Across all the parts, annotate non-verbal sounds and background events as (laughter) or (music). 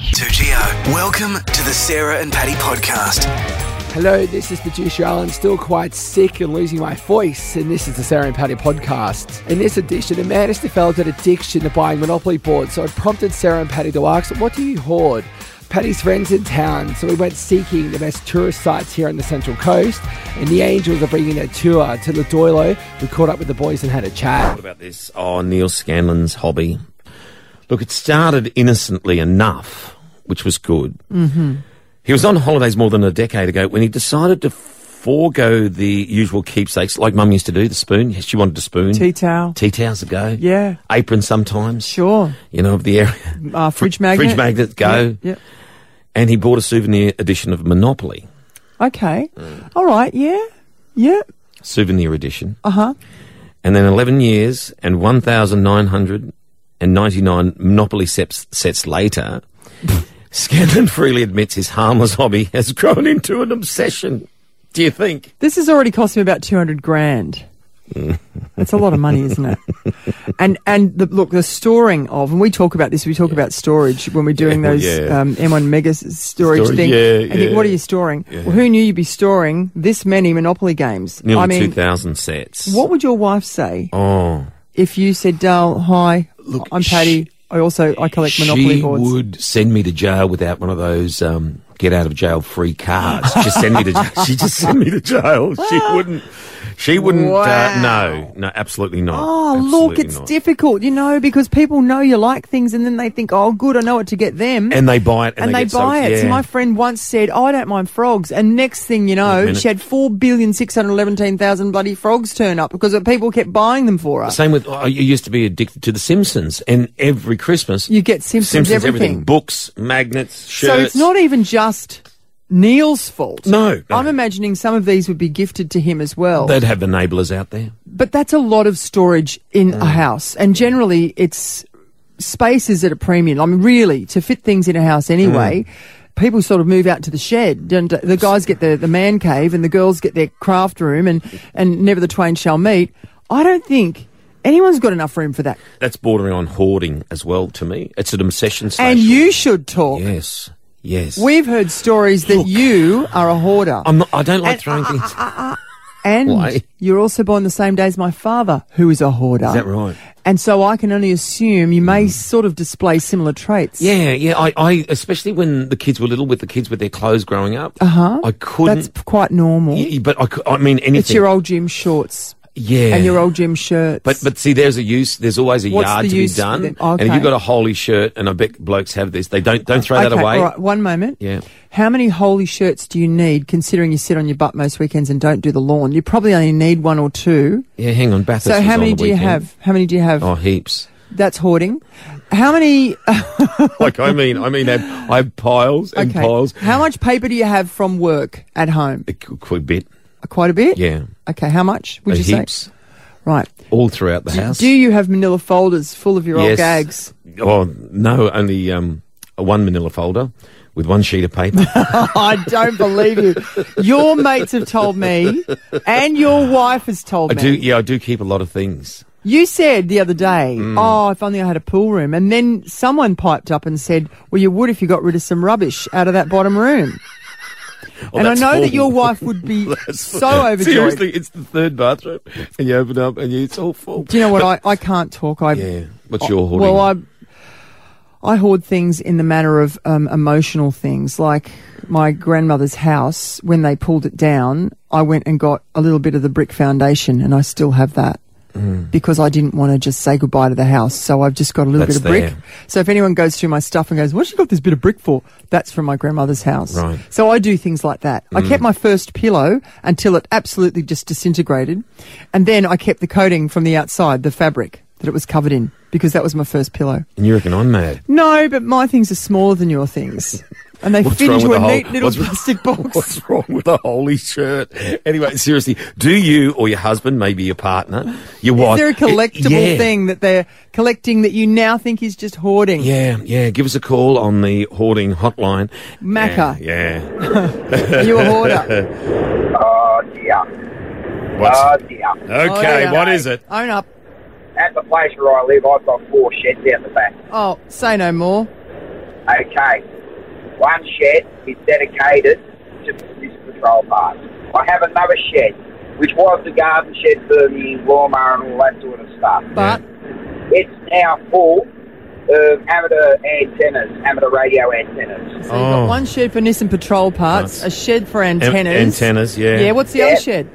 2GO. Welcome to the Sarah and Patty podcast. Hello, this is producer Alan, still quite sick and losing my voice, and this is the Sarah and Patty podcast. In this edition, a man has developed an addiction to buying Monopoly boards, so I prompted Sarah and Patty to ask, What do you hoard? Patty's friends in town, so we went seeking the best tourist sites here on the Central Coast, and the Angels are bringing a tour to Ladoilo. We caught up with the boys and had a chat. about this. Oh, Neil Scanlon's hobby. Look, it started innocently enough, which was good. Mm-hmm. He was on holidays more than a decade ago when he decided to forego the usual keepsakes, like Mum used to do. The spoon, she wanted a spoon. Tea towel. Tea towels ago. Yeah. Apron sometimes. Sure. You know of the area. Uh, fridge Fr- magnet. Fridge magnet go. Yeah. And he bought a souvenir edition of Monopoly. yeah. Okay. Mm. All right. Yeah. Yeah. Souvenir edition. Uh huh. and then 11 years and 1,999 Monopoly sets, sets later, (laughs) Scanlon freely admits his harmless hobby has grown into an obsession. Do you think? This has already cost him about two hundred grand. Mm. That's a lot of money, isn't (laughs) it? And and the, look, the storing of, and we talk about this. We talk about storage when we're doing Yeah, those yeah. um, M1 mega s- storage, Storage, thing. yeah, I think, yeah. what are you storing? Well, who knew you'd be storing this many Monopoly games? Nearly I mean, 2,000 sets. what would your wife say Oh. if you said, "Dale, hi, I'm Patty. I also I collect Monopoly she boards." would send me to jail without one of those um, get out of jail free cards. Just send (laughs) me to jail. She just sent me to jail. She wouldn't. She wouldn't. Uh, Wow. no, no, absolutely not. Oh, look, Absolutely it's not. difficult, you know, because people know you like things and then they think, oh, good, I know what to get them. And they buy it, and, And they, get so- buy it. So yeah. my friend once said, I don't mind frogs. And next thing you know, minute. she had 4,611,000 bloody frogs turn up because people kept buying them for her. Same with I you used to be addicted to The Simpsons, and every Christmas You get Simpsons, Simpsons everything. everything. books, magnets, shirts. So it's not even just Neil's fault. No, no. I'm imagining some of these would be gifted to him as well. They'd have enablers out there. But that's a lot of storage in Mm. a house, and generally, it's space is at a premium. I mean, really, to fit things in a house anyway. Mm. People sort of move out to the shed, and the guys get the, the man cave, and the girls get their craft room, and, and never the twain shall meet. I don't think anyone's got enough room for that. That's bordering on hoarding as well to me. It's an obsession. slash- And you should talk. yes, yes. We've heard stories that you are a hoarder, I'm not, I don't like throwing things. and Why? you're also born the same day as my father, who is a hoarder. Is that right? Mm. And so I can only assume you may sort of display similar traits. Yeah, yeah. I, I, especially when the kids were little, with the kids with their clothes growing up. Uh huh. I That's couldn't. p- quite normal. yeah, but I, cou- I mean anything. Uh-huh. It's your old gym shorts yeah. and your old gym shirts. But but see, there's a use. There's always a What's yard the to be use for done. them? And if Okay. you've got a holy shirt, and I bet blokes have this, they don't don't throw that Okay, away. all right, one moment. Yeah. How many holy shirts do you need, considering you sit on your butt most weekends and don't do the lawn? You probably only need one or two. Yeah, hang on. Bathurst so was how on many the do you weekend. have? How many do you have? Oh, (laughs) heaps. That's hoarding. How many? like I mean, I mean, I have, I have piles and okay. piles. How much paper do you have from work at home? A qu- quite bit. Quite a bit. Yeah, Okay. How much would A you heaps say? Right. all throughout the house. Do you have manila folders full of your yes. old gags? (laughs) Oh no, only um, a one manila folder with one sheet of (laughs) paper. Oh, I don't believe you. Your mates have told me, and your wife has told I me. do. Yeah, I do keep a lot of things. You said the other day, Mm. "Oh, if only I had a pool room." And then someone piped up and said, "Well, you would if you got rid of some rubbish out of that bottom room." Oh, and I that's know full. that (laughs) your wife would be so overjoyed. Seriously, it's the third bathroom, and you open up, and you, it's all full. Do you know what? I, I can't talk. I Yeah. What's your hoarding? Oh, well, I I hoard things in the manner of um, emotional things, like my grandmother's house. When they pulled it down, I went and got a little bit of the brick foundation, and I still have that. Mm. Because I didn't want to just say goodbye to the house, so I've just got a little That's bit of brick. there. So if anyone goes through my stuff and goes, "What's she got this bit of brick for?" That's from my grandmother's house. Right. Mm. So I do things like that. I kept my first pillow until it absolutely just disintegrated, and then I kept the coating from the outside, the fabric that it was covered in, because that was my first pillow. and you reckon I'm (laughs) mad? No, but my things are smaller than (laughs) your things, and they What's fit wrong into with a the whole- neat little what's wrong- plastic (laughs) box. What's wrong with a holy shirt? Anyway, seriously, do you or your husband, maybe your partner, your wife? eh, Is there a collectible Yeah. thing that they're collecting that you now think is just hoarding? Yeah, yeah. Give us a call on the hoarding hotline. Macca. Yeah. yeah. (laughs) Are you a hoarder? Oh dear. What's Uh, Oh dear. okay? Hoarder. What is it? Own up. At the place where I live, I've got four sheds out the back. Oh, say no more. Okay. One shed is dedicated to this patrol part. I have another shed, which was the garden shed for me, lawnmower and all that sort of stuff. But It's now full of amateur antennas, amateur radio antennas. so you've got Oh. one shed for Nissan patrol parts, Nice. a shed for antennas. antennas, yeah. Yeah, what's the Yeah. other shed?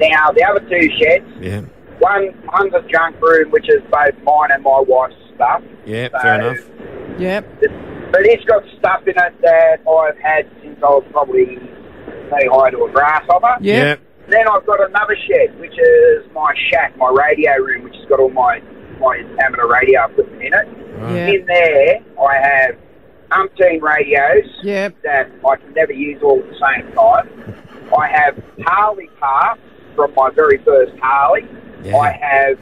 Now, the other two sheds, Yeah. one, one's a junk room, which is both mine and my wife's stuff. Yeah, So- fair enough. Yep. But it's got stuff in it that I've had since I was probably knee high to a grasshopper. Yeah. Yeah. Then I've got another shed, which is my shack, my radio room, which has got all my, my amateur radio equipment in it. Yeah. In there, I have umpteen radios Yep. that I can never use all at the same time. I have Harley parts from my very first Harley. Yeah. I have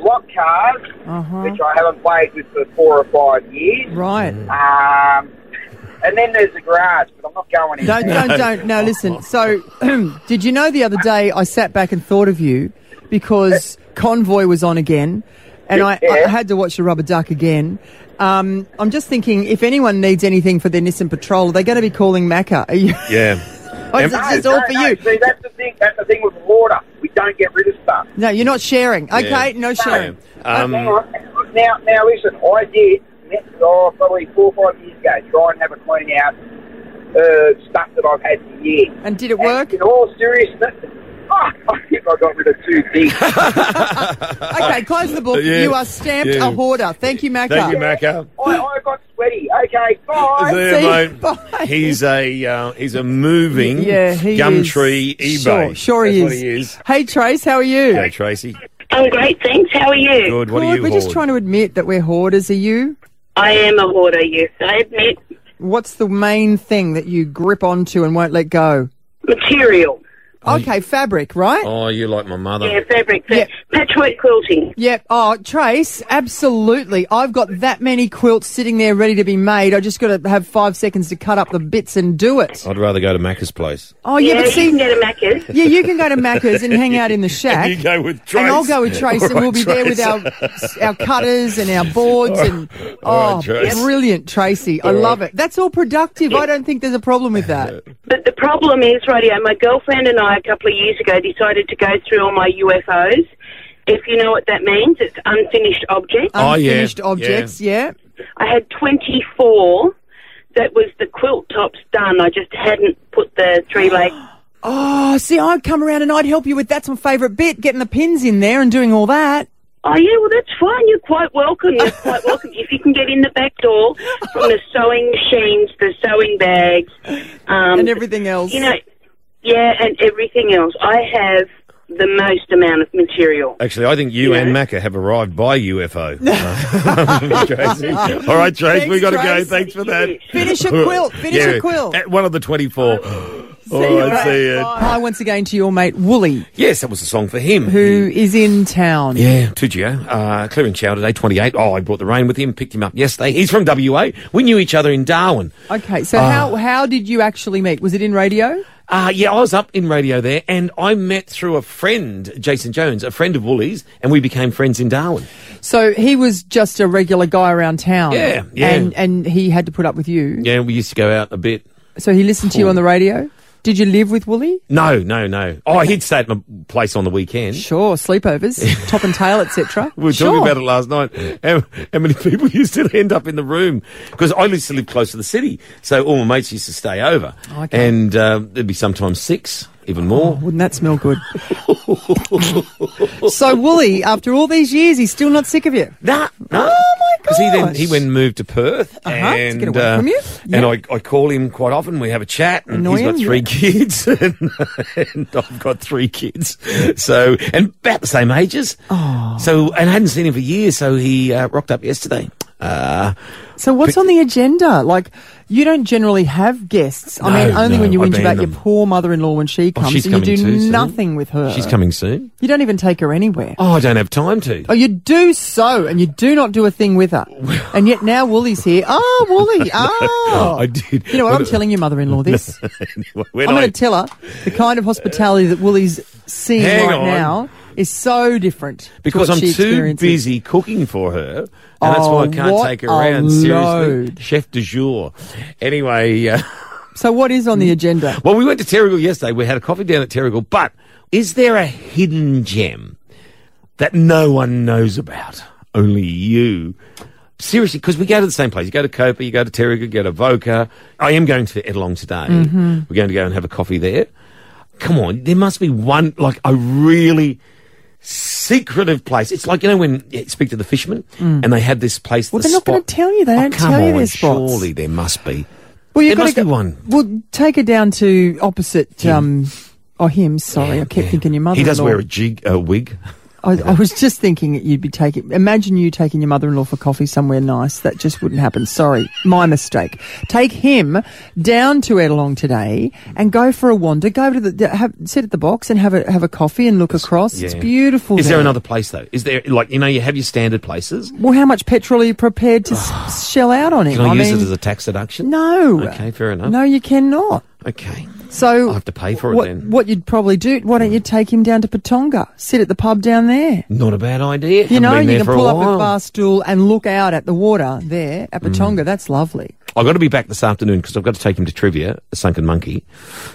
slot cars, Uh-huh. which I haven't played with for four or five years. Right. Mm. Um, and then there's the garage, but I'm not going (laughs) in. Don't, there. don't, don't. No, listen. So, (clears throat) did you know the other day I sat back and thought of you because Convoy was on again and I, I had to watch the rubber duck again. Um, I'm just thinking if anyone needs anything for their Nissan Patrol, they're going to be calling Macca. Are you, (laughs) Yeah. Oh, it's- No, it's no, all for no. you. See, that's the thing. That's the thing with water. We don't get rid of stuff. No, you're not sharing. Okay, no sharing. Um, Hang on. now, now, listen. I did oh, probably four or five years ago try and have a clean out uh, stuff that I've had for years. And did it work? In all seriousness, (laughs) oh, I think I got rid of two things. Okay, close the book. (laughs) Yeah. You are stamped Yeah. a hoarder. Thank you, Macca. Thank you, Macca. I, I got sweaty. Okay, bye. There, See? mate. (laughs) Bye. He's a uh, he's a moving Yeah, he gumtree is. eBay. Sure, sure he, That's is. What he is. Hey, Trace, how are you? Hey, Tracy. I'm great, thanks. How are you? Good. What are Good. you? We're just trying hoard? to admit that we're hoarders. Are you? I am a hoarder, yes, I admit. What's the main thing that you grip onto and won't let go? Material. Okay, fabric, right? Oh, you like my mother. Yeah, fabric. Yeah. Patchwork quilting. Yep. Oh, Trace, absolutely. I've got that many quilts sitting there ready to be made. I just got to have five seconds to cut up the bits and do it. I'd rather go to Macca's place. Oh, yeah, but you can see, get a (laughs) Macca's. yeah, you can go to Macca's and hang out (laughs) in the shack. Oh, You go with Trace. And I'll go with Trace, and All we'll be right, there with Trace. our our cutters and our boards. And All oh, right, Trace. brilliant, Tracy! I love it. That's all productive. I don't think there's a problem with that. But the problem is, radio, my girlfriend and I a couple of years ago decided to go through all my UFOs. If you know what that means, it's unfinished objects. Oh, yeah. Unfinished objects, yeah. I had 24. That was the quilt tops done. I just hadn't put the three leg. Oh, see, I'd come around and I'd help you with that's my favourite bit, getting the pins in there and doing all that. Oh yeah, well that's fine. You're quite welcome. (laughs) You're quite welcome if you can get in the back door from the sewing machines, the sewing bags, um, And everything else. You know, yeah, and everything else. I have the most amount of material. Actually, I think you and Macca have arrived by (laughs) UFO. Uh, (laughs) Tracy. All right, Trace, Thanks, we got to go. Trace. Thanks for that. (laughs) Finish a quilt. Finish a quilt. At one of the (gasps) 24. All right, see you. Hi, once again to your mate Wooly, Yes, that was a song for him. who is in town. Mm. Yeah, Tugio. Uh, clearing shower today, 28. Oh, I brought the rain with him, picked him up yesterday. He's from WA. We knew each other in Darwin. Okay, Ah. so how how did you actually meet? Was it in radio? Uh, yeah, I was up in radio there and I met through a friend, Jason Jones, a friend of Woolies, and we became friends in Darwin. So he was just a regular guy around town. Yeah, yeah. And and he had to put up with you. Yeah, we used to go out a bit. So he listened to you on the radio. Did you live with Wooly? No, no, no. Oh, he'd stay at my place on the weekend. Sure, sleepovers, (laughs) top and tail, etc. We were talking about it last night. How, how many (laughs) people used to end up in the room? Because I used to live close to the city, so all my mates used to stay over. Okay. And uh, there'd be sometimes six, even more. Wouldn't that smell good? (laughs) so Wooly, after all these years, he's still not sick of you. No, no. Oh, my Because he then gosh. he went and moved to Perth, Uh-huh, to and uh, get away from you. and I, I call him quite often. We have a chat, and Annoy he's got him, three kids, (laughs) and, and I've got three kids, so and about the same ages. Oh. so and I hadn't seen him for years, so he uh, rocked up yesterday. Uh, So what's on the agenda? Like, you don't generally have guests. I No, mean, only no, when you I whinge about ban your them. poor mother-in-law when she oh, comes, she's and coming you too do soon. nothing with her. She's coming soon. You don't even take her anywhere. Oh, I don't have time to. Oh, you do so, and you do not do a thing with her. And yet now Wooly's here. Oh, (laughs) Wooly. Oh. I did. You know what? I'm telling your mother in law this. (laughs) When I'm I- going to tell her the kind of hospitality that Wooly's seeing Hang right on. now. is so different to Because what I'm she too experiences. busy cooking for her, and that's Oh, why I can't what take her a around. Seriously, load. chef du jour. Anyway, uh, So what is on the Mm. agenda? well, we went to Terrigal yesterday. We had a coffee down at Terrigal, but is there a hidden gem that no one knows about? Only you. Seriously, because we go to the same place. You go to Copa, you go to Terrigal, you go to Voca. I am going to Edelong today. Mm-hmm. We're going to go and have a coffee there. Come on, there must be one, like, a really secretive place. It's like, you know, when you speak to the fishermen and they have this place. Well, Mm. they're not gonna tell you. They oh, don't come tell you on, their spots. Surely there must be. Well, There gotta must be one. Well, take her down to opposite. Um, oh, him. Sorry, I kept Yeah. thinking your mother. He does wear a jig, a wig. I, I was just thinking that you'd be taking. Imagine you taking your mother-in-law for coffee somewhere nice. That just wouldn't happen. Sorry, my mistake. Take him down to Edelong today and go for a wander. Go to the have, sit at the box and have a have a coffee and look across. It's Yeah. beautiful. Is there another place though? Is there like you know you have your standard places? Well, how much petrol are you (sighs) prepared to s- shell out on him? Can I, use mean, it as a tax deduction? no. Okay, fair enough. No, you cannot. Okay. So I'll have to pay for it what, then. What you'd probably do? Why don't you take him down to Patonga? Sit at the pub down there. Not a bad idea. You Haven't know, been you there can for pull a up a while. bar stool and look out at the water there at Patonga. Mm. That's lovely. I've got to be back this afternoon because I've got to take him to trivia, a sunken monkey,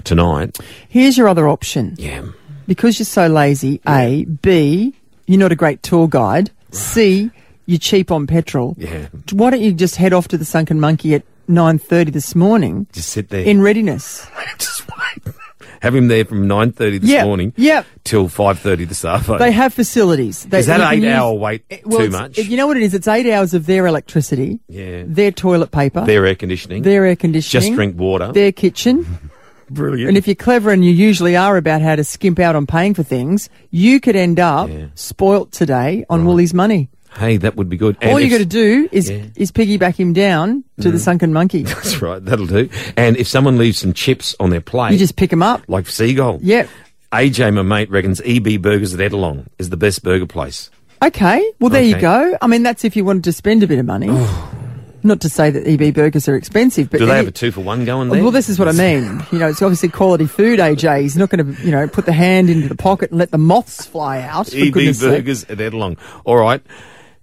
tonight. Here's your other option. Yeah. Because you're so lazy, A. B. You're not a great tour guide. C. You're cheap on petrol. Yeah. Why don't you just head off to the Sunken Monkey at 9.30 this morning Just sit there. in readiness? (laughs) Just wait. Have him there from nine thirty this Yeah, morning. yeah. Till five thirty this afternoon. They have facilities. They, Is that you can eight use- hour wait Eh, well, too it's- much? You know what it is? It's eight hours of their electricity, Yeah. their toilet paper, Their air conditioning. their air conditioning, Just drink water. their kitchen. Brilliant. and if you're clever and you usually are about how to skimp out on paying for things, you could end up Yeah. spoilt today on Woolies money. hey, that would be good. And All you if- got to do is Yeah. Mm. is piggyback him down to the (laughs) sunken (laughs) monkey. That's right. That'll do. And if someone leaves some chips on their plate, you just pick him up. like seagull. Yep. AJ, my mate, reckons EB Burgers at Edelong is the best burger place. Okay. Well, there you Okay. go. I mean, that's if you wanted to spend a bit of money. Not to say that EB burgers are expensive, but Do they any- have a two for one going there? E Well, this is what I mean. You know, it's obviously quality food, AJ. He's not going to, you know, put the hand into the pocket and let the moths fly out. For EB goodness sake. E Burgers at Edelong. All right.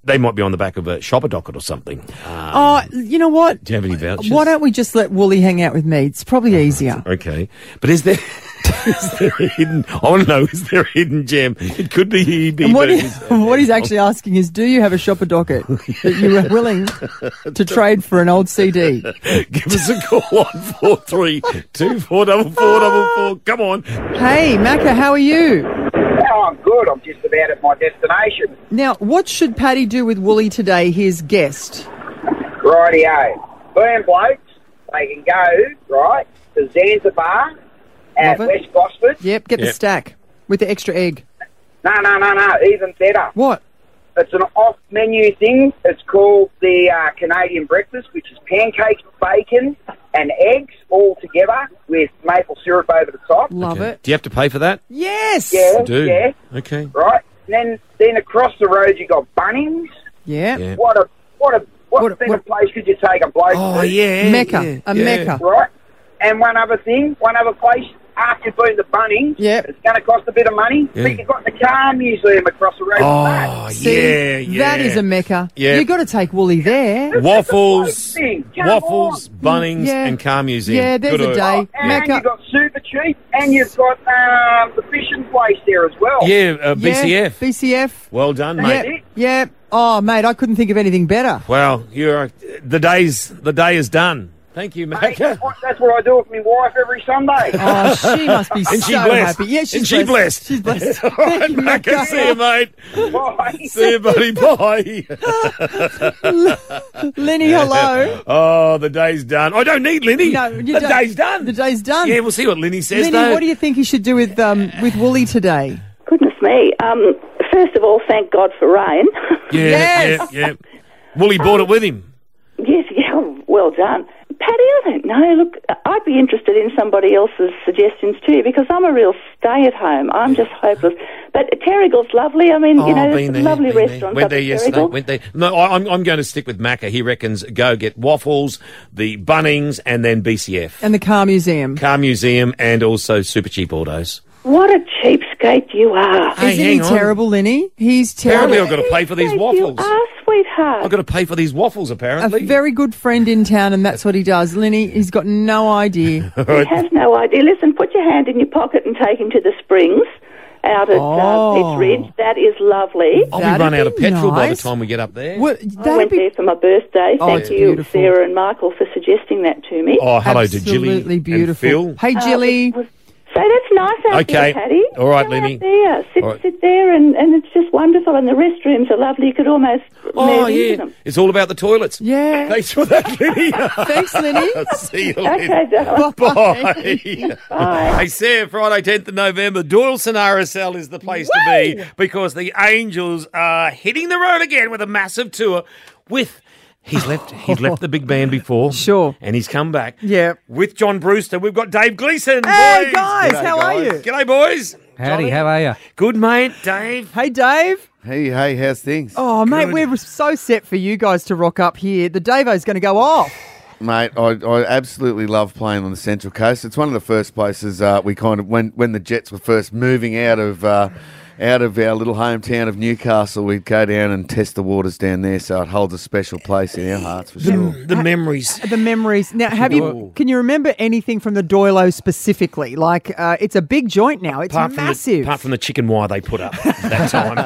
They might be on the back of a shopper docket or something. Uh, Oh, you know what? do you have any vouchers? Why don't we just let Wooly hang out with me? It's (laughs) probably easier. Okay. But is there. (laughs) Is there a hidden? I want to know. Is there a hidden gem? It could be EB (laughs) And what, he, Burgers. what he's actually asking is, do you have a shopper docket (laughs) that you are willing to trade for an (laughs) old CD? Give us a call (laughs) one four three two four double four double four. Come on. Hey, Macca, how are you? Now Oh, I'm good. I'm just about at my destination. Now, what should Paddy do with Wooly today, his guest? Rightio. Burn blokes, they can go, right, to Zanzibar at Love it. West Gosford. Yep, get the Yep. stack with the extra egg. No, no, no, no, even better. What? It's an off-menu thing. It's called the uh, Canadian breakfast, which is pancakes, bacon, and eggs all together with maple syrup over the top. Love Okay. it. Do you have to pay for that? Yes. Yeah, Do. yeah, Okay. right. And then, then across the road you got Bunnings. Yeah. Yeah. What a what a what, What a- better what- place could you take a bloke? Oh to, yeah. Mecca, yeah, a yeah. mecca. Right. And one other thing, one other place. After you've been to Bunnings, Yep. it's going to cost a bit of money. Yeah. But you've got the car museum across the road. from that. Oh See, yeah, yeah. That is a mecca. Yeah. you got to take Wooly there. Waffles, Great thing. Come waffles, Bunnings, Yeah. and car museum. Yeah, there's Good a old- day. Oh, and Macca- you've got super cheap, and you've got um, the fishing place there as well. Yeah, uh, BCF. Yeah, BCF. well done, mate. Yep. Yep. Oh, mate, I couldn't think of anything better. Well, you're uh, the day's the day is done. Thank you, (laughs) Mate, Mecca. that's what- that's what I do with my wife every (laughs) Sunday. Oh, she must be And so she blessed. happy. Yeah, she's and she blessed. Oh, She's (laughs) blessed. All right, Mecca. See you, (laughs) mate. Bye. See you, buddy. Bye. Lenny, hello. (laughs) Oh, the day's done. I don't need Linny. No, you the don't- day's done. the day's done. Yeah, we'll see what Linny says. Lenny, though. what do you think he should do with um, with Wooly today? Goodness me. Um, first of all, thank God for rain. (laughs) Yeah, Yes. yeah, yeah. Wooly brought it with him. yes, yeah, well done. Patty, I don't know. Look, I'd be interested in somebody else's suggestions too because I'm a real stay at home. I'm just hopeless. But Terrigal's lovely. I mean, you know, there's lovely Oh, been there. restaurants. Went up there at yesterday. Terrigal. Went there. No, I, I'm I'm going to stick with Macca. He reckons go get waffles, the Bunnings, and then BCF And the car museum. car museum, and also super cheap autos. What a cheapskate cheapskate you are. Hey, Isn't hang he on. terrible, Linny? He's Apparently, terrible. I've got to pay for these Cheapskate waffles. You are, sweetheart. I've got to pay for these waffles, A apparently. very good friend in town, and that's what he does. Linny, he's got no idea. He has no idea. Listen, put your hand in your pocket and take him to the springs out at Oh. uh, Pete's Ridge. That is lovely. (laughs) I'll be That'd run out be of petrol by the nice. time we get up there. Well, I that'd went be there for my birthday. Oh, Thank it's you, beautiful. Sarah and Michael, for suggesting that to me. Uh, oh, hello to Jilly. absolutely and beautiful. Phil. Hey, Jilly. So that's nice out Okay. there, Patty. All right, Go Lenny. Out there. Sit, All right. sit there, and, and it's just wonderful. And the restrooms are lovely. You could almost Oh, move into yeah. them. It's all about the toilets. Yeah. Thanks for that, Lenny. Thanks, Linny. (laughs) See you (laughs) Okay, later. darling. (laughs) Bye. Bye. Hey, Sarah, Friday, 10th of November, Doyleson RSL is the place to be because the Angels are hitting the road again with a massive tour with. He's left. He's left the big band before, (laughs) Sure. and he's come back. Yeah. with John Brewster, we've got Dave Gleason. Hey, boys. guys, how are you? G'day, boys. Howdy, how are you? Good mate, Dave. Hey, Dave. Hey, hey, how's things? Oh, mate, we're so set for you guys to rock up here. The Davo's going to go off. Mate, I, I absolutely love playing on the Central Coast. It's one of the first places uh, we kind of, when, when the Jets were first moving out of. Uh, out of our little hometown of Newcastle, we'd go down and test the waters down there, so it holds a special place in our hearts for sure. (laughs) The memories. The memories. Now, have you? Ooh. Can you remember anything from the Doilo specifically? Like, uh, it's a big joint now. It's Apart from, the, massive. apart from the chicken wire they put up (laughs) that time.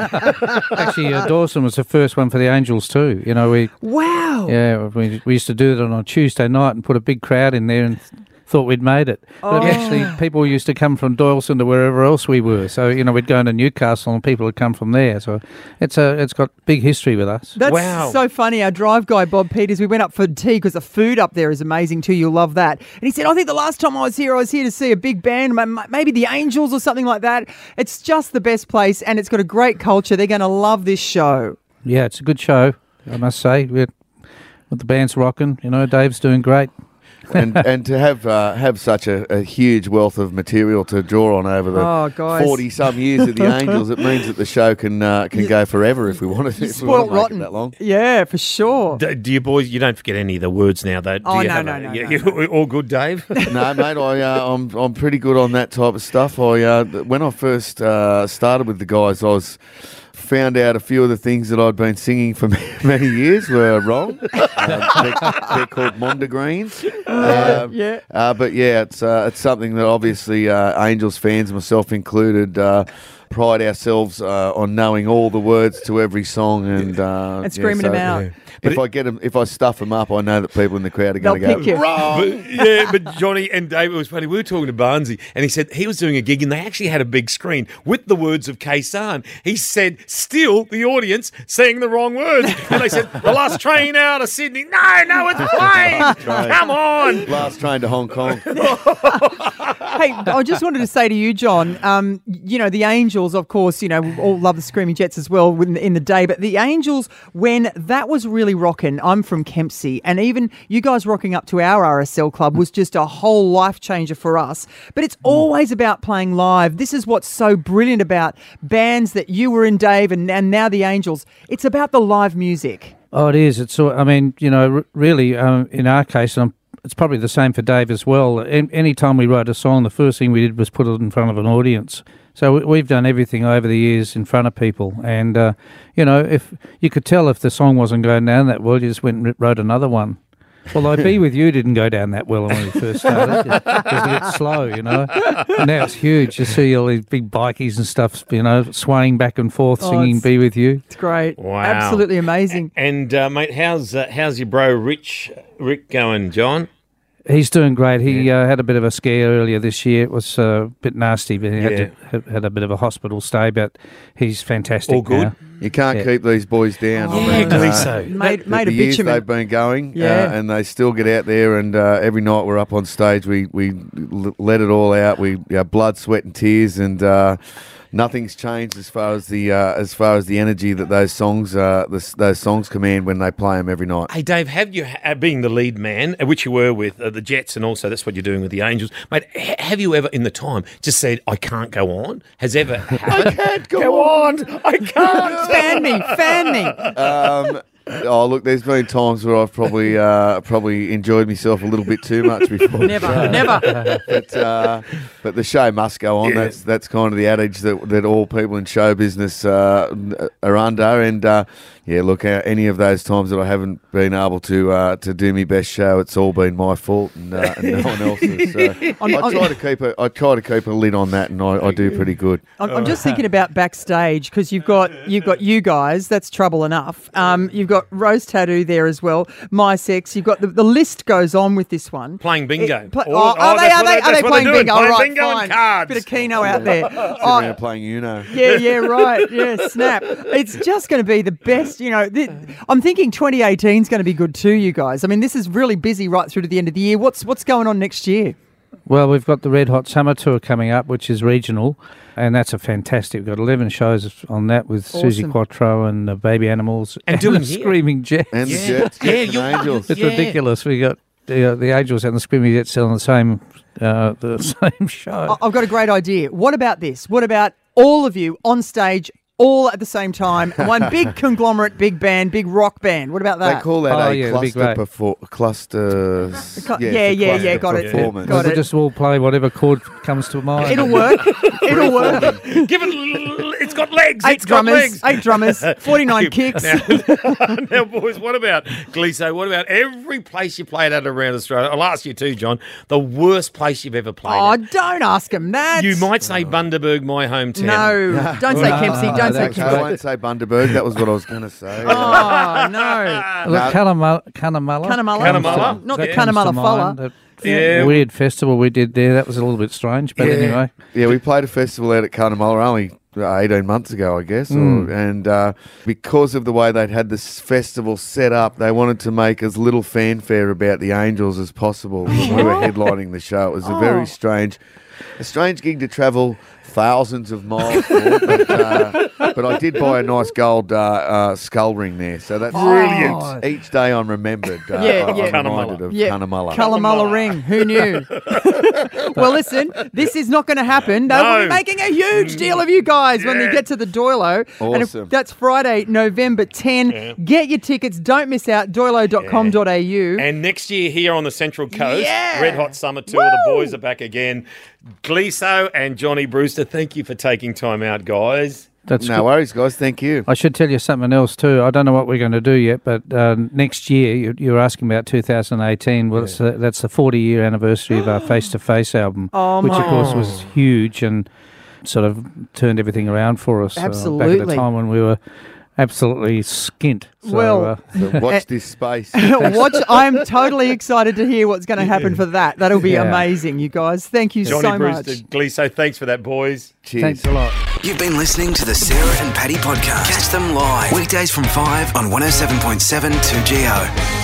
Actually, uh, Dawson was the first one for the Angels too. You know, we wow. yeah we, we used to do it on a Tuesday night and put a big crowd in there and th- thought we'd made it. Oh. But actually, people used to come from Doyleson to wherever else we were. So you know, we'd go into Newcastle and people would come from there. So it's a it's got big history with us. That's Wow. so funny. Our drive guy, Bob Peters, we went up for tea because the food up there is amazing too. You'll love that. And he said, I think the last time I was here, I was here to see a big band, ma- ma- maybe the Angels or something like that. It's just the best place and it's got a great culture. They're going to love this show. Yeah, it's a good show, I must say. We're, with the band's rocking, you know, Dave's doing great. and and to have uh, have such a, a huge wealth of material to draw on over Oh, the guys. forty some years of the (laughs) Angels, it means that the show can uh, can go forever if we want it. If we Spoiled want to make rotten. it that long. Yeah, for sure. D- do you boys? You don't forget any of the words now, though. Do Oh, you no, have no, a- no, yeah, no, you- All good, (laughs) Dave. no, mate, I, uh, I'm I'm pretty good on that type of stuff. I uh, th- when I first uh, started with the guys, I was found out a few of the things that I'd been singing for (laughs) many years were wrong. (laughs) um, they're, they're called mondegreens. Um, yeah. Uh, but yeah, it's uh, it's something that obviously uh, Angels fans, myself included. Uh, Pride ourselves uh, on knowing all the words to every song and uh, And screaming 'em out. Yeah. If I get 'em- if I stuff them up, I know that people in the crowd are They'll going to go. pick you. But, yeah, but Johnny and David it was funny. We were talking to Barnsey, and he said he was doing a gig, and they actually had a big screen with the words of Kaysan. He said, "Still, the audience saying the wrong words," and they said, "The last train out of Sydney." No, no, it's playing. train. Come on. Last train to Hong Kong. hey, I just wanted to say to you, John. Um, you know the Angels, of course. You know we all love the Screaming Jets as well in the, in the day, but the Angels when that was really rocking. I'm from Kempsey, and even you guys rocking up to our RSL club was just a whole life changer for us. But Hmm. it's always about playing live. This is what's so brilliant about bands that you were in, Dave, and, and now the Angels. It's about the live music. Oh, it is. It's. all- I mean, you know, r- really, um, in our case, um, it's probably the same for Dave as well. An- Any time we wrote a song, the first thing we did was put it in front of an audience. So we- we've done everything over the years (laughs) in front of people, and uh, you know, if you could tell if the song wasn't going down that well, you just went and wr- wrote another one. Well, I be with you didn't go down that well when we first started. It was a bit slow, you know. And now it's huge. You see all these big bikies and stuff, you know, swaying back and forth, Oh, singing it's- "Be with You." It's great. Wow. Absolutely amazing. And uh, mate, how's uh, how's your bro Rich Rick going, John? He's doing great. He uh, had a bit of a scare earlier this year. It was uh, a bit nasty, but he had, to, ha- had a bit of a hospital stay. But he's fantastic. All good? now. You can't Yeah. keep these boys down. Yeah, I mean, uh, Gleeson. so. Made, the, made the a years bitumen. they've been going, Yeah. uh, and they still get out there. And uh, every night we're up on stage, we we l- let it all out. We yeah, blood, sweat, and tears, and uh, nothing's changed as far as the uh, as far as the energy that those songs uh, the, those songs command when they play them every night. Hey Dave, have you uh, being the lead man, uh, which you were with uh, the Jets, and also that's what you're doing with the Angels, mate? ha- have you ever, in the time, just said I can't go on? Has (laughs) (laughs) ever happened? I can't go, on. I can't. (laughs) fan me, fan me. um, Oh look, there's been times where I've probably uh, probably enjoyed myself a little bit too much before. (laughs) Never, never. but uh, but the show must go on. That's that's kind of the adage that that all people in show business uh, are under. And uh, yeah, look, uh, any of those times that I haven't been able to uh, to do my best show, it's all been my fault and, uh, and no one (laughs) else's. So On- I on- try to keep a I try to keep a lid on that, and I, I do pretty good. I'm, I'm just thinking about backstage because you've got you've got you guys. That's trouble enough. Um, you've got Rose Tattoo there as well. My sex. You've got the, the list goes on with this one. Playing bingo. It- pla- Oh, oh, are oh, they? that's Are what they? they- Are that's they what playing they're doing, bingo? All playing right, bingo and fine. cards. Bit of keno (laughs) out there. Sitting Oh, around playing Uno. yeah, yeah, right. Yeah, snap. It's just going to be the best. You know, th- I'm thinking 2018 is going to be good too, you guys. I mean, this is really busy right through to the end of the year. What's what's going on next year? Well, we've got the Red Hot Summer Tour coming up, which is regional, and that's a fantastic. We've got 11 shows on that with Susie Awesome. Quattro and the Baby Animals And doing the here. Screaming Jets. And Yeah. the Jets, Yeah, Jets you- and Angels. it's Yeah. ridiculous. We got the, uh, the Angels and the Screaming Jets still on the same uh, the same show. I- I've got a great idea. What about this? What about all of you on stage? All at the same time, one (laughs) big conglomerate, big band, big rock band. What about that? They call that Oh, a yeah, it'd be cluster great. perfor- cl- cluster. yeah, it's a yeah, cluster yeah, got it. performance. Got We'll it. just all play whatever chord comes to mind. It'll (laughs) work. It'll work. Give it. l- It's got legs. Eight it's got drummers, legs. eight drummers, 49 kicks. Now, (laughs) now, boys, what about Gliso? What about every place you played at around Australia? Oh, last year too, John. The worst place you've ever played. Oh, at. don't ask him that. You might say Bundaberg, my hometown. No, don't (laughs) say Kempsey. Don't say that's Okay, I Kempsey. won't say Bundaberg. That was what I was going to say. (laughs) Oh, no. Look, Cunnamulla. Cunnamulla. Cunnamulla. Cunnamulla. Not the That comes to Cunnamulla mind, fella. that Yeah. Weird festival we did there. That was a little bit strange, but anyway. yeah, we played a festival out at Carnamola only uh, 18 months ago, I guess. Or, and uh, because of the way they'd had this festival set up, they wanted to make as little fanfare about the Angels as possible when we were headlining the show. It was a very strange, a strange gig to travel thousands of miles for. But, uh, but I did buy a nice gold uh, uh, skull ring there. So that's brilliant. Each day I'm remembered. Uh, Yeah, I- I'm yeah. reminded of Yeah. Cunnamulla. Cunnamulla ring. (laughs) Who knew? well, listen, this is not going to happen. They will No. be making a huge deal of you guys when we get to the Doilo. And if- Awesome. that's Friday, November 10. Get your tickets. Don't miss out. Doilo.com.au. And next year here on the Central Coast, Yeah. Red Hot Summer Tour, the boys are back again. Gliso and Johnny Brewster, thank you for taking time out, guys. That's No worries, guys. Thank you. I should tell you something else too. I don't know what we're going to do yet, but uh, next year you, you're asking about 2018. Well, it's the- that's the 40 year anniversary of our Face to Face album, which of course was huge and sort of turned everything around for us. uh, back at Absolutely. the time when we were absolutely skint. So, Well, uh, So watch this space. (laughs) (laughs) Watch. I'm totally excited to hear what's going to happen for that. That'll be Yeah. amazing, you guys. Thank you Johnny so Brewster, much. Gliso, thanks for that, boys. Cheers. thanks a lot. You've been listening to the oh Sarah and Patty podcast. Catch them live weekdays from 5 on 107.7 2GO.